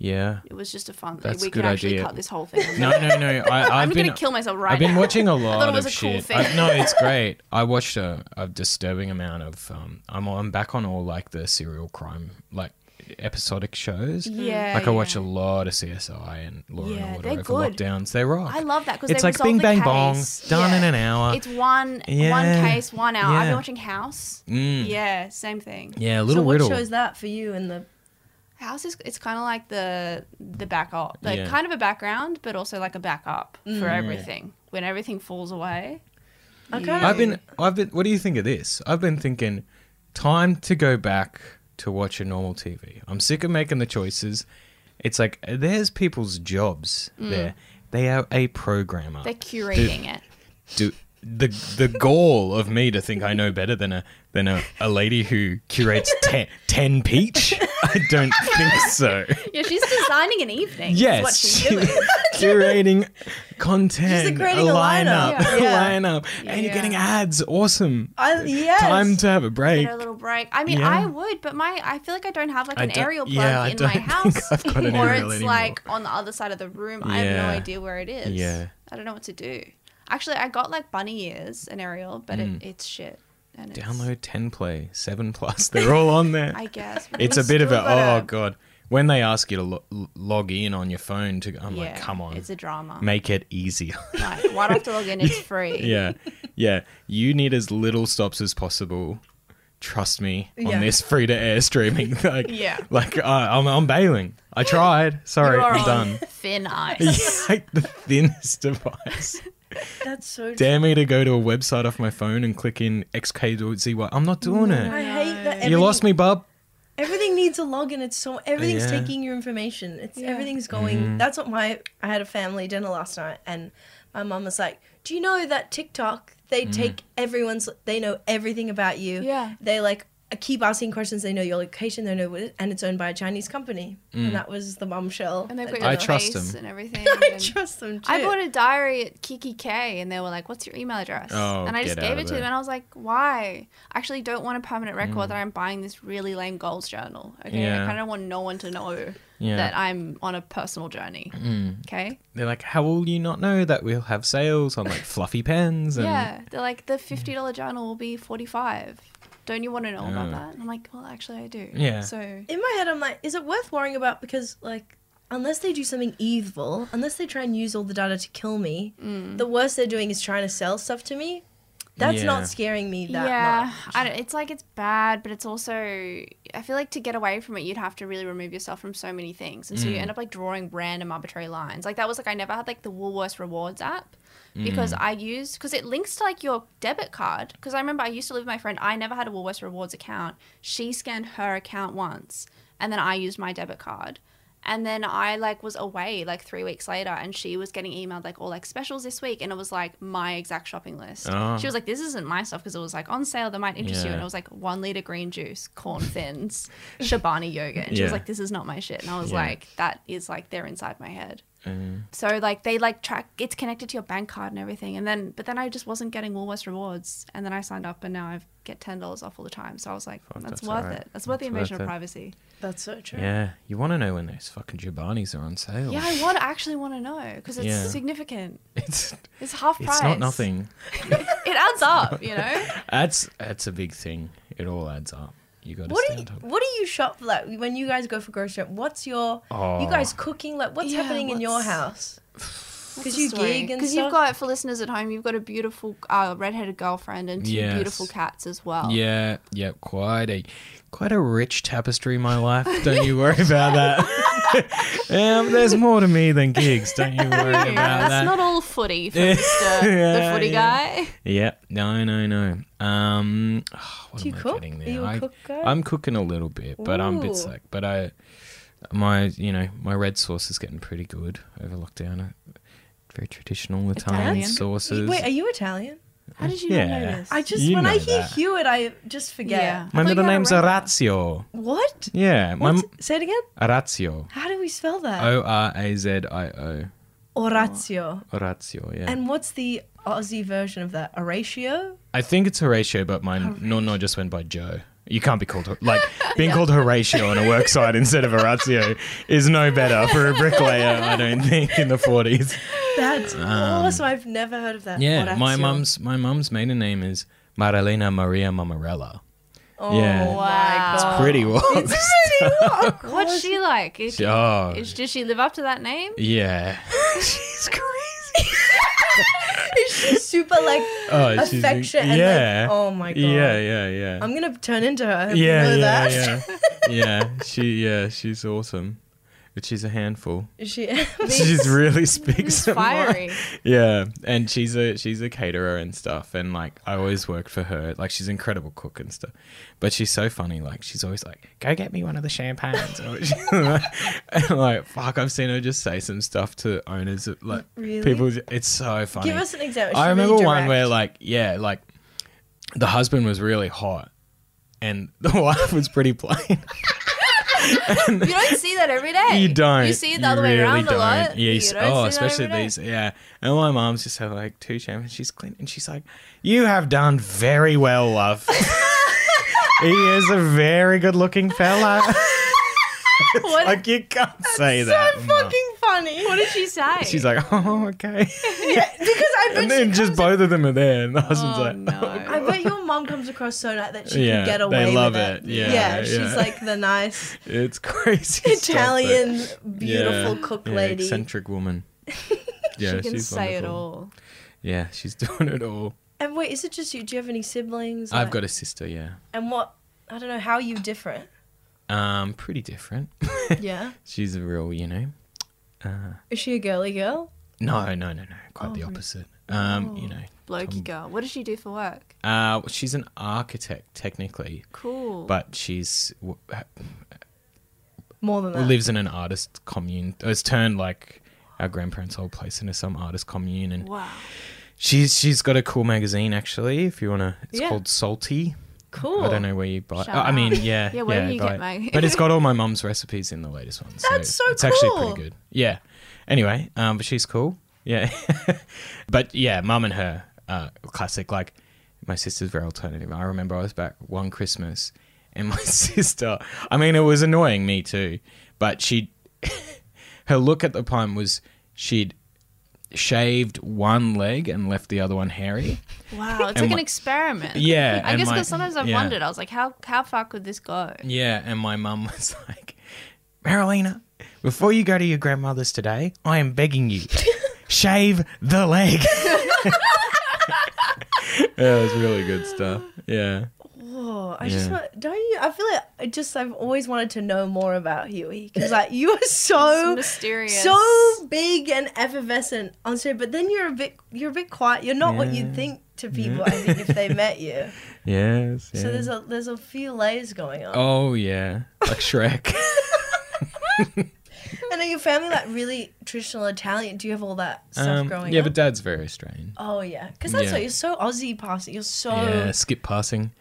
Speaker 2: Yeah.
Speaker 3: It was just a fun.
Speaker 2: That's
Speaker 3: we
Speaker 2: a good
Speaker 3: can actually
Speaker 2: idea.
Speaker 3: cut this whole thing.
Speaker 2: No, no, no. I,
Speaker 3: I'm
Speaker 2: I've been
Speaker 3: gonna kill myself right
Speaker 2: I've been
Speaker 3: now.
Speaker 2: watching a
Speaker 3: it
Speaker 2: lot
Speaker 3: was
Speaker 2: of
Speaker 3: a cool
Speaker 2: shit.
Speaker 3: thing.
Speaker 2: I- no, it's great. I watched a, a disturbing amount of. Um, I'm I'm back on all like the serial crime like episodic shows.
Speaker 3: Yeah,
Speaker 2: like I watch
Speaker 3: yeah.
Speaker 2: a lot of CSI and Law
Speaker 3: Yeah,
Speaker 2: and Order
Speaker 3: they're
Speaker 2: over
Speaker 3: good.
Speaker 2: lockdowns. They rock.
Speaker 3: I love that because
Speaker 2: it's
Speaker 3: they
Speaker 2: like
Speaker 3: resolve
Speaker 2: Bing
Speaker 3: the
Speaker 2: Bang
Speaker 3: case.
Speaker 2: Bong, done in
Speaker 3: Yeah.
Speaker 2: an hour.
Speaker 3: It's one
Speaker 2: Yeah.
Speaker 3: one case, one hour. I've
Speaker 2: Yeah.
Speaker 3: been watching House.
Speaker 2: Mm.
Speaker 3: Yeah, same thing.
Speaker 2: yeah, Little
Speaker 1: so what
Speaker 2: Riddle.
Speaker 1: shows that for you in the
Speaker 3: House is it's kind of like the the back up, like
Speaker 2: Yeah.
Speaker 3: kind of a background, but also like a backup for everything. When everything falls away,
Speaker 1: Okay.
Speaker 2: I've been I've been. What do you think of this? I've been thinking, time to go back to watch a normal TV. I'm sick of making the choices. It's like there's people's jobs there. They are a programmer.
Speaker 3: they're curating it.
Speaker 2: do the the gall of me to think I know better than a than a, a lady who curates ten, ten peach. I don't think so.
Speaker 3: Yeah, she's designing an evening. is
Speaker 2: Yes,
Speaker 3: what she's
Speaker 2: she-
Speaker 3: doing.
Speaker 2: curating content,
Speaker 1: She's creating
Speaker 2: a
Speaker 1: a
Speaker 2: lineup,
Speaker 1: lineup.
Speaker 2: a
Speaker 1: Yeah.
Speaker 2: lineup, and you're
Speaker 3: Yeah.
Speaker 2: getting ads. Awesome.
Speaker 1: I, yes.
Speaker 2: Time to have a break.
Speaker 3: Get a little break. I mean,
Speaker 2: Yeah.
Speaker 3: I would, but my I feel like I don't have like
Speaker 2: I
Speaker 3: an
Speaker 2: don't-
Speaker 3: aerial plug
Speaker 2: yeah, I
Speaker 3: in my
Speaker 2: don't think
Speaker 3: house,
Speaker 2: I've got an
Speaker 3: or
Speaker 2: aerial
Speaker 3: it's
Speaker 2: anymore.
Speaker 3: like on the other side of the room. I have no
Speaker 2: Yeah.
Speaker 3: idea where it is.
Speaker 2: Yeah.
Speaker 3: I don't know what to do. Actually, I got like bunny ears an aerial, but it, it's shit. And it's,
Speaker 2: Mm. Download ten play seven plus. They're all on there.
Speaker 3: I guess but
Speaker 2: it's
Speaker 3: we
Speaker 2: a bit of
Speaker 3: still
Speaker 2: a oh
Speaker 3: gotta-
Speaker 2: god. When they ask you to lo- log in on your phone, to I'm like,
Speaker 3: Yeah,
Speaker 2: come on,
Speaker 3: It's a drama.
Speaker 2: make it easier.
Speaker 3: Right. Why do I have to log in? It's free.
Speaker 2: yeah yeah you need as little stops as possible trust me on
Speaker 1: Yeah.
Speaker 2: this free to air streaming like
Speaker 3: Yeah.
Speaker 2: like uh, I'm, I'm bailing i tried sorry
Speaker 3: You are
Speaker 2: i'm
Speaker 3: on
Speaker 2: done
Speaker 3: Thin ice.
Speaker 2: it's like the thinnest device
Speaker 1: That's so. true.
Speaker 2: dare me to go to a website off my phone and click in xkzy i'm not doing
Speaker 1: I
Speaker 2: it
Speaker 1: hate that.
Speaker 2: you lost me bub
Speaker 1: Everything needs a login. It's so everything's
Speaker 2: Yeah. Mm-hmm.
Speaker 1: taking your information. It's
Speaker 3: Yeah.
Speaker 1: everything's going. That's what my I had a family dinner last night, and my mum was like, "Do you know that TikTok? They
Speaker 2: Mm.
Speaker 1: take everyone's. They know everything about you.
Speaker 3: Yeah.
Speaker 1: They like keep asking questions. They know your location. They know what, and it's owned by a Chinese company. And that was the bombshell.
Speaker 3: And they've
Speaker 1: that did
Speaker 3: got your
Speaker 2: Mm. I
Speaker 1: it.
Speaker 2: trust
Speaker 3: face
Speaker 2: them.
Speaker 3: and everything.
Speaker 1: I
Speaker 3: and-
Speaker 1: trust them too.
Speaker 3: I bought a diary at Kiki K and they were like, What's your email address?
Speaker 2: Oh,
Speaker 3: and I
Speaker 2: get
Speaker 3: just
Speaker 2: out
Speaker 3: gave
Speaker 2: of
Speaker 3: it to
Speaker 2: there. Mm.
Speaker 3: them and I was like, Why? I actually don't want a permanent record that I'm buying this really lame goals journal. Okay.
Speaker 2: Yeah.
Speaker 3: I kind of want no one to know
Speaker 2: Yeah.
Speaker 3: that I'm on a personal journey. Okay.
Speaker 2: they're like how will you not know that we'll have sales on like fluffy pens and
Speaker 3: Yeah. They're like, The $50 journal will be 45 Don't you want to know about
Speaker 2: Oh.
Speaker 3: that? And I'm like, Well, actually, I do.
Speaker 2: Yeah.
Speaker 3: So.
Speaker 1: in my head, I'm like, is it worth worrying about? Because like, unless they do something evil, Mm. unless they try and use all the data to kill me, the worst they're doing is trying to sell stuff to me. That's
Speaker 2: Yeah.
Speaker 1: not scaring me that
Speaker 3: yeah,
Speaker 1: much.
Speaker 3: I don't, it's like it's bad, but it's also I feel like to get away from it, you'd have to really remove yourself from so many things, and so you end up like drawing random arbitrary lines. Like that was like I never had like the Woolworths Rewards app because I used because it links to like your debit card. Because I remember I used to live with my friend. I never had a Woolworths Rewards account. She scanned her account once, and then I used my debit card. And then I like was away like three weeks later, and she was getting emailed like all like specials this week, and it was like my exact shopping list.
Speaker 2: Oh.
Speaker 3: She was like, "This isn't my stuff" because it was like on sale that might interest you,
Speaker 2: Yeah.
Speaker 3: and it was like one liter green juice, corn thins, Shabani yogurt, and she was
Speaker 2: Yeah.
Speaker 3: like, "This is not my shit," and I was
Speaker 2: Yeah.
Speaker 3: like, "That is like they're inside my head."
Speaker 2: Uh,
Speaker 3: So like they like track it's connected to your bank card and everything, and then but then I just wasn't getting Woolworths rewards, and then I signed up, and now I get ten dollars off all the time. So I was like, "That's,
Speaker 2: that's
Speaker 3: worth
Speaker 2: alright.
Speaker 3: it. That's worth the
Speaker 2: That's
Speaker 3: invasion
Speaker 2: worth
Speaker 3: of
Speaker 2: it."
Speaker 3: privacy."
Speaker 1: That's so true.
Speaker 2: yeah, you want to know when those fucking Jubanis are on sale.
Speaker 3: Yeah, I want I actually want to know because it's
Speaker 2: Oh. Yeah.
Speaker 3: significant.
Speaker 2: it's
Speaker 3: It's half price.
Speaker 2: it's not nothing.
Speaker 3: It adds up, you know.
Speaker 2: That's that's a big thing. It all adds up. You got to
Speaker 1: What do you
Speaker 2: stand up.
Speaker 1: What do you shop for? Like when you guys go for grocery shop, what's your you
Speaker 2: Oh.
Speaker 1: guys cooking? Like what's
Speaker 3: Yeah,
Speaker 1: happening in your
Speaker 3: what's-
Speaker 1: house? Because you gig and
Speaker 3: because
Speaker 1: stuff.
Speaker 3: you've got for listeners at home, you've got a beautiful uh, redheaded girlfriend and two
Speaker 2: Yes.
Speaker 3: beautiful cats as well.
Speaker 2: Yeah, yeah, quite a quite a rich tapestry my life. Don't you worry about that. um, there's more to me than gigs. Don't you worry about
Speaker 3: Yeah,
Speaker 2: that.
Speaker 3: that's not all footy for Mr.
Speaker 2: Yeah,
Speaker 3: the footy
Speaker 2: yeah.
Speaker 3: guy.
Speaker 2: yeah, no, no, no. Um, oh, what
Speaker 1: Do you
Speaker 2: am I
Speaker 1: cook?
Speaker 2: getting
Speaker 1: Are
Speaker 2: there?
Speaker 1: you a
Speaker 2: I,
Speaker 1: cook guy?
Speaker 2: I'm cooking a little bit, but I'm a
Speaker 1: Ooh.
Speaker 2: bit sick. But I, my, you know, my red sauce is getting pretty good over lockdown. I, very traditional Italian
Speaker 3: Italian?
Speaker 2: sauces.
Speaker 1: Wait, are you Italian?
Speaker 3: How did you not know
Speaker 2: Yeah.
Speaker 3: this?
Speaker 1: I just
Speaker 2: You
Speaker 1: when I
Speaker 2: know
Speaker 1: hear
Speaker 2: that.
Speaker 1: Hewitt, I just forget.
Speaker 3: Yeah.
Speaker 2: my
Speaker 3: I thought you
Speaker 2: middle
Speaker 3: had a
Speaker 2: name's
Speaker 3: regular.
Speaker 2: Orazio.
Speaker 1: What? Uh,
Speaker 2: Yeah, my
Speaker 1: What's
Speaker 2: m-
Speaker 1: Say it again.
Speaker 2: Orazio.
Speaker 1: How do we spell that?
Speaker 2: O R A Z I O.
Speaker 1: Oratio.
Speaker 2: Oratio, yeah.
Speaker 1: And what's the Aussie version of that? Horatio?
Speaker 2: I think it's Horatio, but my no no just went by Joe. You can't be called like being called Horatio on a worksite instead of Oratio is no better for a bricklayer. I don't think in the forties.
Speaker 1: That's awesome. I've never heard of that.
Speaker 2: Um, Yeah, my
Speaker 1: Oratio.
Speaker 2: mum's my mum's maiden name is Marilena Maria Mamarella.
Speaker 1: Oh
Speaker 2: yeah.
Speaker 1: my
Speaker 3: Wow. It's
Speaker 1: God.
Speaker 2: Pretty well.
Speaker 3: What's she like? Is,
Speaker 2: oh,
Speaker 3: is, does she live up to that name?
Speaker 2: yeah.
Speaker 1: She's crazy. Is she super like
Speaker 2: Oh, she's-
Speaker 1: affection? and, like,
Speaker 2: yeah.
Speaker 1: oh my God.
Speaker 2: Yeah, yeah, yeah.
Speaker 1: I'm gonna turn into her. I hope
Speaker 2: yeah,
Speaker 1: you know
Speaker 2: yeah,
Speaker 1: that.
Speaker 2: yeah, yeah. She, yeah, she's awesome, but she's a handful.
Speaker 1: Is she?
Speaker 2: She's really speaks
Speaker 3: It's
Speaker 2: a lot.
Speaker 3: fiery.
Speaker 2: Yeah, and she's a she's a caterer and stuff, and like I always worked for her. Like she's an incredible cook and stuff, but she's so funny. Like she's always like, "Go get me one of the champagnes," or she- and like fuck, I've seen her just say some stuff to owners of like
Speaker 1: Really?
Speaker 2: people. It's so funny.
Speaker 1: Give us an example. She's
Speaker 2: I remember
Speaker 1: really
Speaker 2: one where
Speaker 1: direct.
Speaker 2: like yeah, like the husband was really hot, and the wife was pretty plain.
Speaker 3: You don't see that every day.
Speaker 2: You don't.
Speaker 3: You see it the other way around a lot.
Speaker 2: Yeah, you
Speaker 3: you
Speaker 2: s-
Speaker 3: don't
Speaker 2: oh,
Speaker 3: see that
Speaker 2: especially
Speaker 3: every day.
Speaker 2: these. Yeah. And my mom's just have like two champions. She's clean. And she's like, You have done very well, love. he is a very good looking fella.
Speaker 3: What,
Speaker 2: like, you can't say that.
Speaker 1: so
Speaker 2: Mum.
Speaker 1: fucking funny.
Speaker 3: what did she say?
Speaker 2: She's like, Oh, okay.
Speaker 1: yeah, because I bet
Speaker 2: and
Speaker 1: she
Speaker 2: then just
Speaker 1: comes-
Speaker 2: both of them are there. And the husband's
Speaker 3: oh,
Speaker 2: like,
Speaker 3: no.
Speaker 1: I bet your mom comes across so nice that she
Speaker 2: Yeah,
Speaker 1: can get
Speaker 2: they
Speaker 1: away.
Speaker 2: love
Speaker 1: with
Speaker 2: it. Yeah,
Speaker 1: she's
Speaker 2: yeah.
Speaker 1: like the nice
Speaker 2: It's crazy. stuff,
Speaker 1: Italian
Speaker 2: but-
Speaker 1: beautiful
Speaker 2: Yeah,
Speaker 1: cook
Speaker 2: yeah,
Speaker 1: lady.
Speaker 2: Eccentric woman. Yeah,
Speaker 3: she can
Speaker 2: she's
Speaker 3: say it
Speaker 2: wonderful.
Speaker 3: all.
Speaker 2: Yeah, she's doing it all.
Speaker 1: And wait, is it just you? Do you have any siblings?
Speaker 2: I've
Speaker 1: Like-
Speaker 2: got a sister, yeah.
Speaker 1: And what? I don't know. How are you different?
Speaker 2: Um, pretty different.
Speaker 1: Yeah.
Speaker 2: She's a real, you know.
Speaker 1: Is she a girly girl?
Speaker 2: No, no, no, no. Quite the
Speaker 1: Oh.
Speaker 2: opposite. Um, you know.
Speaker 3: Blokey
Speaker 2: Tom-
Speaker 3: girl. What does she do for work?
Speaker 1: Oh.
Speaker 2: Uh, she's an architect technically,
Speaker 3: Cool.
Speaker 2: but she's w- ha-
Speaker 1: More than that.
Speaker 2: lives in an artist commune. It's turned like our grandparents' old place into some artist commune, and
Speaker 3: wow.
Speaker 2: she's she's got a cool magazine actually. If you wanna, it's
Speaker 1: Yeah.
Speaker 2: called Salty.
Speaker 1: cool.
Speaker 2: I don't know where you buy.
Speaker 3: Shout
Speaker 2: Uh, I mean,
Speaker 3: out.
Speaker 2: yeah,
Speaker 3: Yeah, where do you
Speaker 2: buy
Speaker 3: get
Speaker 2: it.
Speaker 3: mag-
Speaker 2: but it's got all my mum's recipes in the latest one.
Speaker 1: That's so
Speaker 2: It's actually
Speaker 1: cool.
Speaker 2: pretty good. Yeah. Anyway, um, but she's cool. Yeah. but yeah, mum and her, uh, classic. Like my sister's very alternative. I remember I was back one Christmas, and my sister. I mean, it was annoying me too, but she, her look at the time was she'd shaved one leg and left the other one hairy.
Speaker 3: Wow. Oh, It's
Speaker 2: And
Speaker 3: like an
Speaker 2: my-
Speaker 3: experiment.
Speaker 2: Yeah,
Speaker 3: I
Speaker 2: and
Speaker 3: guess
Speaker 2: my-
Speaker 3: because sometimes I've
Speaker 2: yeah.
Speaker 3: wondered. I was like, how how far could this go?
Speaker 2: Yeah, and my mum was like, Marilena, before you go to your grandmother's today, I am begging you, shave the leg. Yeah, it's really good stuff. Yeah.
Speaker 1: Whoa, I just
Speaker 2: Yeah.
Speaker 1: want, don't you? I feel like I just I've always wanted to know more about Huey because like you are so
Speaker 3: It's mysterious.
Speaker 1: so big and effervescent on stage, but then you're a bit you're a bit quiet. You're not what
Speaker 2: Yeah.
Speaker 1: you'd think to people.
Speaker 2: Yeah.
Speaker 1: I think if they met you,
Speaker 2: Yes.
Speaker 1: so
Speaker 2: yeah.
Speaker 1: there's a there's a few layers going on.
Speaker 2: Oh yeah, like Shrek.
Speaker 1: And are your family like really traditional Italian? Do you have all that stuff
Speaker 2: Um,
Speaker 1: growing
Speaker 2: yeah,
Speaker 1: up?
Speaker 2: but Dad's very Australian.
Speaker 1: oh yeah, because that's
Speaker 2: Yeah.
Speaker 1: what you're so Aussie passing. You're so
Speaker 2: Yeah, skip passing.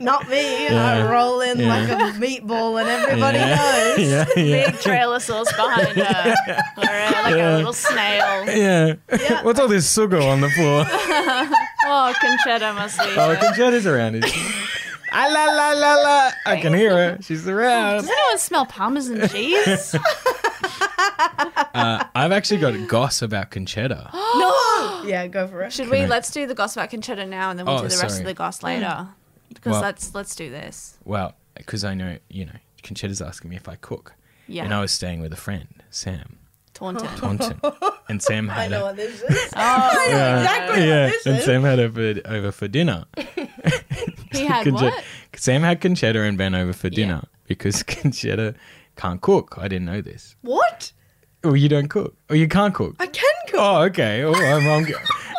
Speaker 1: not me.
Speaker 2: Yeah.
Speaker 1: I roll in
Speaker 2: Yeah.
Speaker 1: like a meatball, and everybody
Speaker 2: yeah.
Speaker 1: knows.
Speaker 2: Yeah,
Speaker 3: Big
Speaker 2: yeah.
Speaker 3: trailer sauce behind her. All right, like a
Speaker 2: Yeah.
Speaker 3: little snail.
Speaker 2: Yeah.
Speaker 1: Yeah.
Speaker 2: What's all this sugar on the floor?
Speaker 3: Oh, Conchetta must be.
Speaker 2: oh,
Speaker 3: Does
Speaker 2: Conchetta's around. Isn't she? ah, la, la, la, la. I can hear her. She's around.
Speaker 3: anyone smell parmesan cheese?
Speaker 2: Uh, I've actually got goss about Conchetta.
Speaker 1: No. yeah, go for it.
Speaker 3: Should we?
Speaker 2: Correct.
Speaker 3: Let's do the goss about Conchetta now, and then we'll
Speaker 2: Oh,
Speaker 3: do the rest
Speaker 2: sorry.
Speaker 3: of the goss later. Because
Speaker 2: Well-
Speaker 3: let's let's do this.
Speaker 2: Well, because I know, you know, Conchetta's asking me if I cook.
Speaker 3: Yeah,
Speaker 2: And I was staying with a friend, Sam
Speaker 3: Taunton.
Speaker 2: Taunton. and Sam had
Speaker 1: I know
Speaker 2: her-
Speaker 1: what this is.
Speaker 3: Oh,
Speaker 2: Yeah,
Speaker 1: exactly what
Speaker 2: yeah.
Speaker 1: this
Speaker 2: and
Speaker 1: is.
Speaker 2: Sam had her for- over for dinner.
Speaker 3: he had
Speaker 2: Conche-
Speaker 3: what?
Speaker 2: Sam had Conchetta and Ben over for dinner because Conchetta can't cook. I didn't know this.
Speaker 1: What?
Speaker 2: Oh, you don't cook. Oh, you can't cook.
Speaker 1: I can cook.
Speaker 2: Oh, okay. Oh, I'm wrong.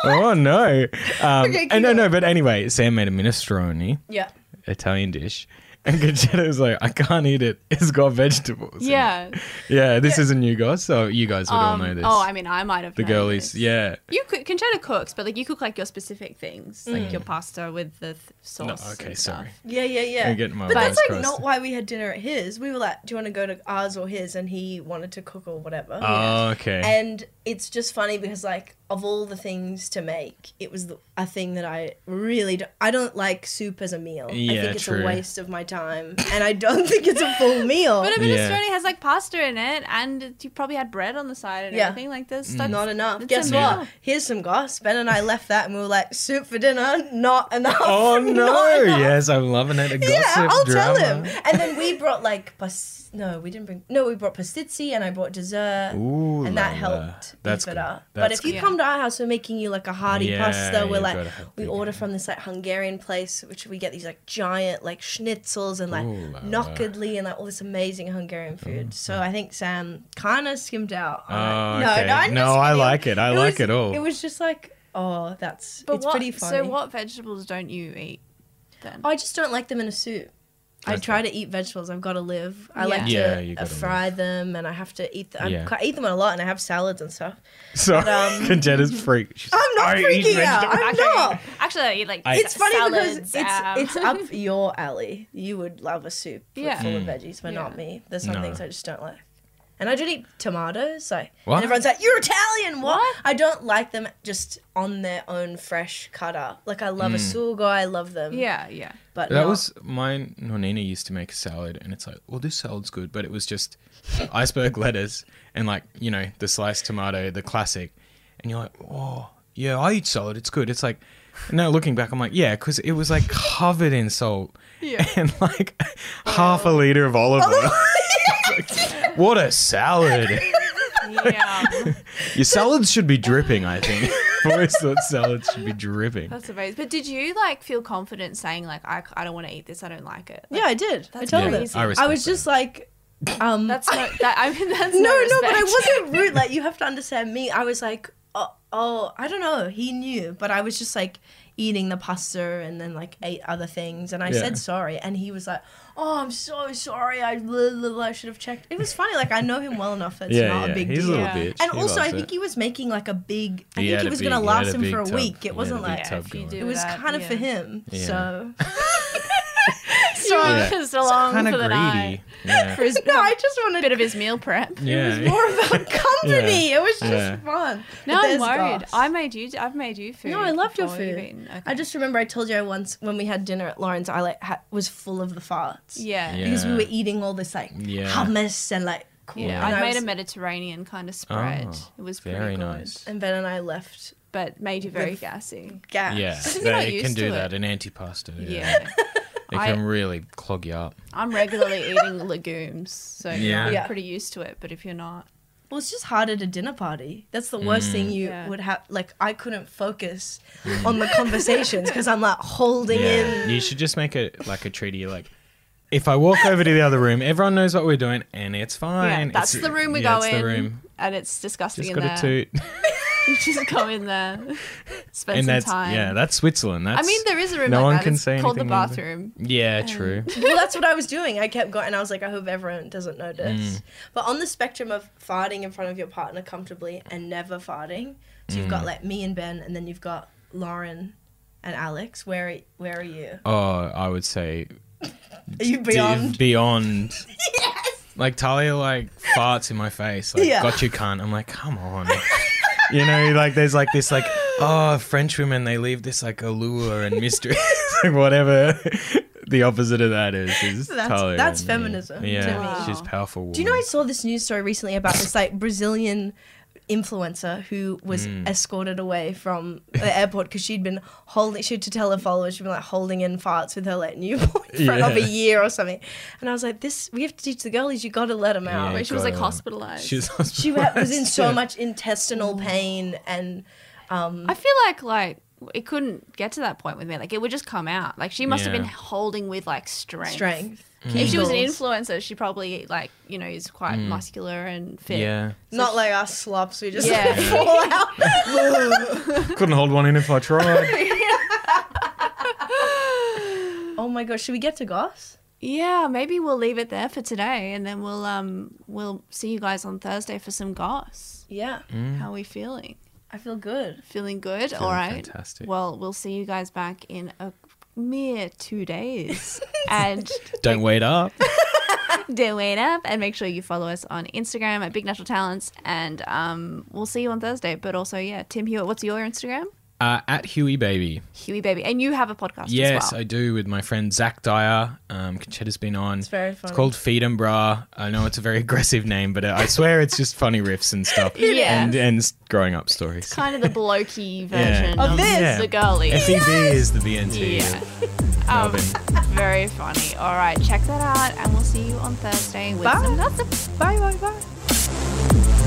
Speaker 2: oh no. Um,
Speaker 1: Okay,
Speaker 2: and no,
Speaker 1: keep
Speaker 2: no. But anyway, Sam made a minestrone
Speaker 1: Yeah.
Speaker 2: Italian dish, and Conchetta was like, "I can't eat it. It's got vegetables." in it."
Speaker 3: Yeah.
Speaker 2: Yeah. This is a new guy, so you guys would all
Speaker 3: Um,
Speaker 2: know this.
Speaker 3: Oh, I mean, I might have.
Speaker 2: the
Speaker 3: known
Speaker 2: girlies.
Speaker 3: this.
Speaker 2: Yeah.
Speaker 3: You cook, Conchetta cooks, but like you cook like your specific things, like your pasta with the th- sauce.
Speaker 2: Mm. No, okay,
Speaker 3: and stuff.
Speaker 2: sorry.
Speaker 1: Yeah, yeah, yeah.
Speaker 2: I'm getting my
Speaker 1: but that's
Speaker 2: wires
Speaker 1: like
Speaker 2: crossed.
Speaker 1: not why we had dinner at his. We were like, do you want to go to ours or his? And he wanted to cook or whatever.
Speaker 2: Oh, okay.
Speaker 1: And it's just funny because like of all the things to make, it was the, a thing that I really do, I don't like soup as a meal. I
Speaker 2: Yeah,
Speaker 1: think it's
Speaker 2: true.
Speaker 1: a waste of my time, and I don't think it's a full meal.
Speaker 3: But a
Speaker 2: Yeah.
Speaker 3: minestrone has like pasta in it, and you probably had bread on the side and
Speaker 1: Yeah.
Speaker 3: everything. Like there's
Speaker 2: Mm.
Speaker 3: stuff.
Speaker 1: not enough.
Speaker 3: It's
Speaker 1: Guess
Speaker 3: a
Speaker 1: what?
Speaker 3: meal.
Speaker 1: Here's some goss. Ben and I left that, and we were like, soup for dinner, not enough.
Speaker 2: Oh
Speaker 1: Not
Speaker 2: no!
Speaker 1: enough.
Speaker 2: Yes, I'm loving it. A gossip
Speaker 1: Yeah, I'll
Speaker 2: drama.
Speaker 1: tell him. And then we brought like pas- no, we didn't bring no, we brought pastizzi and I brought dessert.
Speaker 2: Ooh,
Speaker 1: and
Speaker 2: la
Speaker 1: that
Speaker 2: la.
Speaker 1: helped beef
Speaker 2: That's
Speaker 1: it
Speaker 2: good.
Speaker 1: up. but
Speaker 2: That's
Speaker 1: if you
Speaker 3: good.
Speaker 1: come to our house, we're making you like a hearty
Speaker 2: Yeah,
Speaker 1: pasta. We're
Speaker 2: you've
Speaker 1: like
Speaker 2: gotta help
Speaker 1: we
Speaker 2: it
Speaker 1: order
Speaker 2: out.
Speaker 1: from this like Hungarian place, which we get these like giant like schnitzels and like
Speaker 2: Ooh, la, la.
Speaker 1: knockedli and like all this amazing Hungarian food. So I think Sam kind of skimmed out. on
Speaker 2: Oh,
Speaker 1: it.
Speaker 2: okay.
Speaker 1: I'm
Speaker 2: No,
Speaker 1: just
Speaker 2: I
Speaker 1: kidding.
Speaker 2: like it. I like
Speaker 1: was-
Speaker 2: it all.
Speaker 1: It was just like oh, that's
Speaker 3: But
Speaker 1: it's
Speaker 3: what?
Speaker 1: pretty funny.
Speaker 3: So what vegetables don't you eat then?
Speaker 1: I just don't like them in a soup. I
Speaker 2: Okay.
Speaker 1: try to eat vegetables. I've got to live. I
Speaker 3: Yeah.
Speaker 1: like to
Speaker 2: Yeah, you
Speaker 1: uh,
Speaker 2: gotta
Speaker 1: fry them, and I have to eat. Them. I
Speaker 2: Yeah.
Speaker 1: quite- eat them a lot, and I have salads and stuff.
Speaker 2: So
Speaker 1: um,
Speaker 2: Conchetta's freak. She's
Speaker 1: I'm not
Speaker 2: like, "I eat
Speaker 1: freaking out.
Speaker 2: vegetables."
Speaker 1: I'm
Speaker 3: Actually,
Speaker 1: not.
Speaker 3: Actually, I eat like
Speaker 2: I-
Speaker 1: It's funny
Speaker 3: salads,
Speaker 1: because
Speaker 3: um,
Speaker 1: it's it's up your alley. You would love a soup with-
Speaker 3: Yeah.
Speaker 1: full of veggies, but not
Speaker 3: Yeah.
Speaker 1: me. There's some
Speaker 2: Mm. No.
Speaker 1: things I just don't like. And I don't eat tomatoes. So
Speaker 2: What?
Speaker 1: and everyone's like, "You're Italian, what?
Speaker 3: What?
Speaker 1: I don't like them just on their own fresh cut up. Like I love a sugo, I love them.
Speaker 3: yeah, yeah.
Speaker 1: but
Speaker 2: Mm. That
Speaker 1: not-
Speaker 2: was mine. Nonina used to make a salad, and it's like, well, this salad's good, but it was just iceberg lettuce and like you know the sliced tomato, the classic. And you're like, oh yeah, I eat salad. It's good. It's like, now looking back, I'm like, yeah, because it was like covered in salt
Speaker 3: Yeah.
Speaker 2: and like half a liter of olive oil.
Speaker 1: Oh,
Speaker 2: It's like, what a salad!
Speaker 3: Yeah,
Speaker 2: Your salads should be dripping. I think. I always thought salads should be dripping.
Speaker 3: that's amazing. But did you like feel confident saying like I, I don't want to eat this, I don't like it? Like,
Speaker 1: yeah, I did. I
Speaker 3: That's
Speaker 1: told
Speaker 2: Yeah,
Speaker 1: them.
Speaker 3: crazy.
Speaker 2: I,
Speaker 1: I
Speaker 2: respect
Speaker 1: was
Speaker 2: that.
Speaker 1: just like, um,
Speaker 3: that's no. That, I mean, that's
Speaker 1: no,
Speaker 3: no.
Speaker 1: no, but I
Speaker 3: respect.
Speaker 1: wasn't rude. Like you have to understand me. I was like, oh, oh, I don't know. He knew, but I was just like eating the pasta and then like ate other things, and I
Speaker 2: Yeah.
Speaker 1: said sorry, and he was like, oh, I'm so sorry. I, blah, blah, blah, I should have checked. It was funny. Like I know him well enough. It's
Speaker 2: yeah,
Speaker 1: not
Speaker 2: yeah,
Speaker 1: a big
Speaker 2: he's
Speaker 1: deal.
Speaker 2: a little
Speaker 3: Yeah.
Speaker 2: bitch.
Speaker 1: And
Speaker 2: He
Speaker 1: also,
Speaker 2: loves
Speaker 1: I
Speaker 2: it.
Speaker 1: think he was making like a big. I
Speaker 2: He
Speaker 1: think
Speaker 2: had
Speaker 1: it
Speaker 2: a
Speaker 1: was
Speaker 2: big-
Speaker 1: gonna
Speaker 2: he had
Speaker 1: last
Speaker 2: a
Speaker 1: him for a
Speaker 2: big tub.
Speaker 1: week.
Speaker 2: He
Speaker 1: It
Speaker 2: had a
Speaker 1: wasn't
Speaker 2: big
Speaker 1: like
Speaker 3: Yeah,
Speaker 2: tub
Speaker 3: if you
Speaker 2: going.
Speaker 3: do
Speaker 1: it was
Speaker 3: that,
Speaker 1: kind of for
Speaker 3: yeah.
Speaker 1: him.
Speaker 2: Yeah.
Speaker 1: So
Speaker 3: So
Speaker 2: Yeah.
Speaker 3: just along
Speaker 2: Kinda
Speaker 3: for the night.
Speaker 2: Yeah.
Speaker 3: For his
Speaker 1: no, I just wanted
Speaker 3: bit of his meal prep.
Speaker 1: It was more about company. It was just
Speaker 2: Yeah.
Speaker 1: fun. But
Speaker 3: No, I'm
Speaker 1: there's
Speaker 3: worried.
Speaker 1: goss.
Speaker 3: I made you. I've made you food.
Speaker 1: No, I loved your
Speaker 3: before you've
Speaker 1: food.
Speaker 3: eaten. Okay.
Speaker 1: I just remember I told you I once when we had dinner at Lauren's, I like ha- was full of the farts.
Speaker 3: yeah.
Speaker 2: Yeah.
Speaker 3: Yeah.
Speaker 1: Because we were eating all this like
Speaker 2: Yeah.
Speaker 1: hummus and like cool.
Speaker 2: Yeah.
Speaker 1: and
Speaker 3: I made
Speaker 1: was-
Speaker 3: a Mediterranean kind of spread.
Speaker 2: Oh,
Speaker 3: it was pretty
Speaker 2: Very
Speaker 3: good,
Speaker 2: nice.
Speaker 1: and Ben and I left
Speaker 3: but made you very
Speaker 1: With-
Speaker 3: gassy.
Speaker 1: gas.
Speaker 2: Yeah,
Speaker 3: Because you're not
Speaker 2: they can
Speaker 3: used
Speaker 2: do
Speaker 3: to
Speaker 2: that
Speaker 3: it.
Speaker 2: in antipasto. Yeah,
Speaker 3: Yeah,
Speaker 2: it
Speaker 3: I-
Speaker 2: can really clog you up.
Speaker 3: I'm regularly eating legumes, so
Speaker 2: Yeah.
Speaker 3: I'm
Speaker 1: Yeah.
Speaker 3: pretty used to it. But if you're not,
Speaker 1: Well, it's just hard at a dinner party. That's the worst
Speaker 2: Mm.
Speaker 1: thing you
Speaker 3: Yeah.
Speaker 1: would have. Like, I couldn't focus on the conversations because I'm like holding in.
Speaker 2: You should just make it like a treaty. Like, if I walk over to the other room, everyone knows what we're doing, and it's fine.
Speaker 3: Yeah, that's
Speaker 2: It's-
Speaker 3: the room we
Speaker 2: yeah,
Speaker 3: go
Speaker 2: it's
Speaker 3: in,
Speaker 2: the room.
Speaker 3: and it's disgusting
Speaker 2: Just
Speaker 3: in
Speaker 2: got a
Speaker 3: there.
Speaker 2: toot,
Speaker 3: You just go in there, spend
Speaker 2: and
Speaker 3: some
Speaker 2: that's
Speaker 3: time.
Speaker 2: yeah, that's Switzerland.
Speaker 3: I
Speaker 2: That's
Speaker 3: mean, there is a room
Speaker 2: no
Speaker 3: like
Speaker 2: one
Speaker 3: that.
Speaker 2: can
Speaker 3: it's
Speaker 2: say
Speaker 3: called the
Speaker 2: anything either.
Speaker 3: bathroom.
Speaker 2: yeah, true.
Speaker 1: well, that's what I was doing. I kept going, and I was like, I hope everyone doesn't
Speaker 2: Mm.
Speaker 1: notice. But on the spectrum of farting in front of your partner comfortably and never farting, so you've got
Speaker 2: Mm.
Speaker 1: like me and Ben, and then you've got Lauren and Alex. Where are, where are you?
Speaker 2: Oh, I would say
Speaker 1: Are you
Speaker 2: d-
Speaker 1: beyond?
Speaker 2: beyond.
Speaker 1: yes.
Speaker 2: Like Talia like farts in my face, like
Speaker 1: Yeah.
Speaker 2: got you cunt. I'm like, come on. you know, like there's like this like oh French women they leave this like allure and mystery, It's like whatever. the opposite of that is. is
Speaker 1: That's-
Speaker 2: Talia
Speaker 1: that's
Speaker 2: and-
Speaker 1: feminism to
Speaker 2: Yeah,
Speaker 3: me.
Speaker 2: she's
Speaker 3: Wow.
Speaker 2: a powerful. Woman.
Speaker 1: Do you know I saw this news story recently about this like Brazilian influencer who was
Speaker 2: Mm.
Speaker 1: escorted away from the airport because she'd been holding she to tell her followers she'd been like holding in farts with her like new boyfriend of a
Speaker 2: Yeah.
Speaker 1: year or something and I was like this we have to teach the girlies you gotta let them out
Speaker 2: Yeah.
Speaker 3: Where she was like
Speaker 2: God.
Speaker 3: hospitalized.
Speaker 2: She's
Speaker 1: she wa- was in
Speaker 2: hospitalized,
Speaker 1: so
Speaker 2: yeah.
Speaker 1: much intestinal pain and um
Speaker 3: I feel like like it couldn't get to that point with me. Like it would just come out. Like she must have been
Speaker 2: Yeah.
Speaker 3: holding with like strength.
Speaker 1: strength
Speaker 3: If she was an
Speaker 1: Kegels.
Speaker 3: influencer, she probably like you know is quite muscular and fit.
Speaker 2: Mm. Yeah,
Speaker 1: not like us slops we just
Speaker 3: Yeah.
Speaker 1: fall out
Speaker 2: couldn't hold one in if I tried.
Speaker 1: oh my gosh should we get to goss
Speaker 3: Yeah, maybe we'll leave it there for today, and then we'll um we'll see you guys on Thursday for some goss.
Speaker 1: yeah
Speaker 2: Mm.
Speaker 3: How are we feeling?
Speaker 1: I feel good
Speaker 3: Feeling good. All right.
Speaker 2: fantastic.
Speaker 3: Well, we'll see you guys back in a mere two days, and
Speaker 2: Don't wait up.
Speaker 3: do wait up and make sure you follow us on Instagram at Big Natural Talents, and um we'll see you on Thursday. But also, yeah, Tim Hewitt, what's your Instagram?
Speaker 2: Uh, at Huey Baby.
Speaker 3: Huey Baby, and you have a podcast
Speaker 2: Yes,
Speaker 3: as well.
Speaker 2: I do with my friend Zach Dyer. Um, Conchetta's been on. It's
Speaker 1: very
Speaker 2: It's
Speaker 1: funny.
Speaker 2: called Feed and Bra. I know it's a very aggressive name, but uh, I swear it's just funny riffs and stuff.
Speaker 3: Yeah.
Speaker 2: And, and s- growing up stories.
Speaker 3: kind of the blokey version
Speaker 1: Of
Speaker 3: of,
Speaker 1: this.
Speaker 2: Yeah.
Speaker 3: the girly.
Speaker 2: FEB is the BNT.
Speaker 3: Yeah. Um,
Speaker 2: Love it.
Speaker 3: very funny. All right, check that out, and we'll see you on Thursday with
Speaker 1: Bye.
Speaker 3: some gossip.
Speaker 1: bye bye bye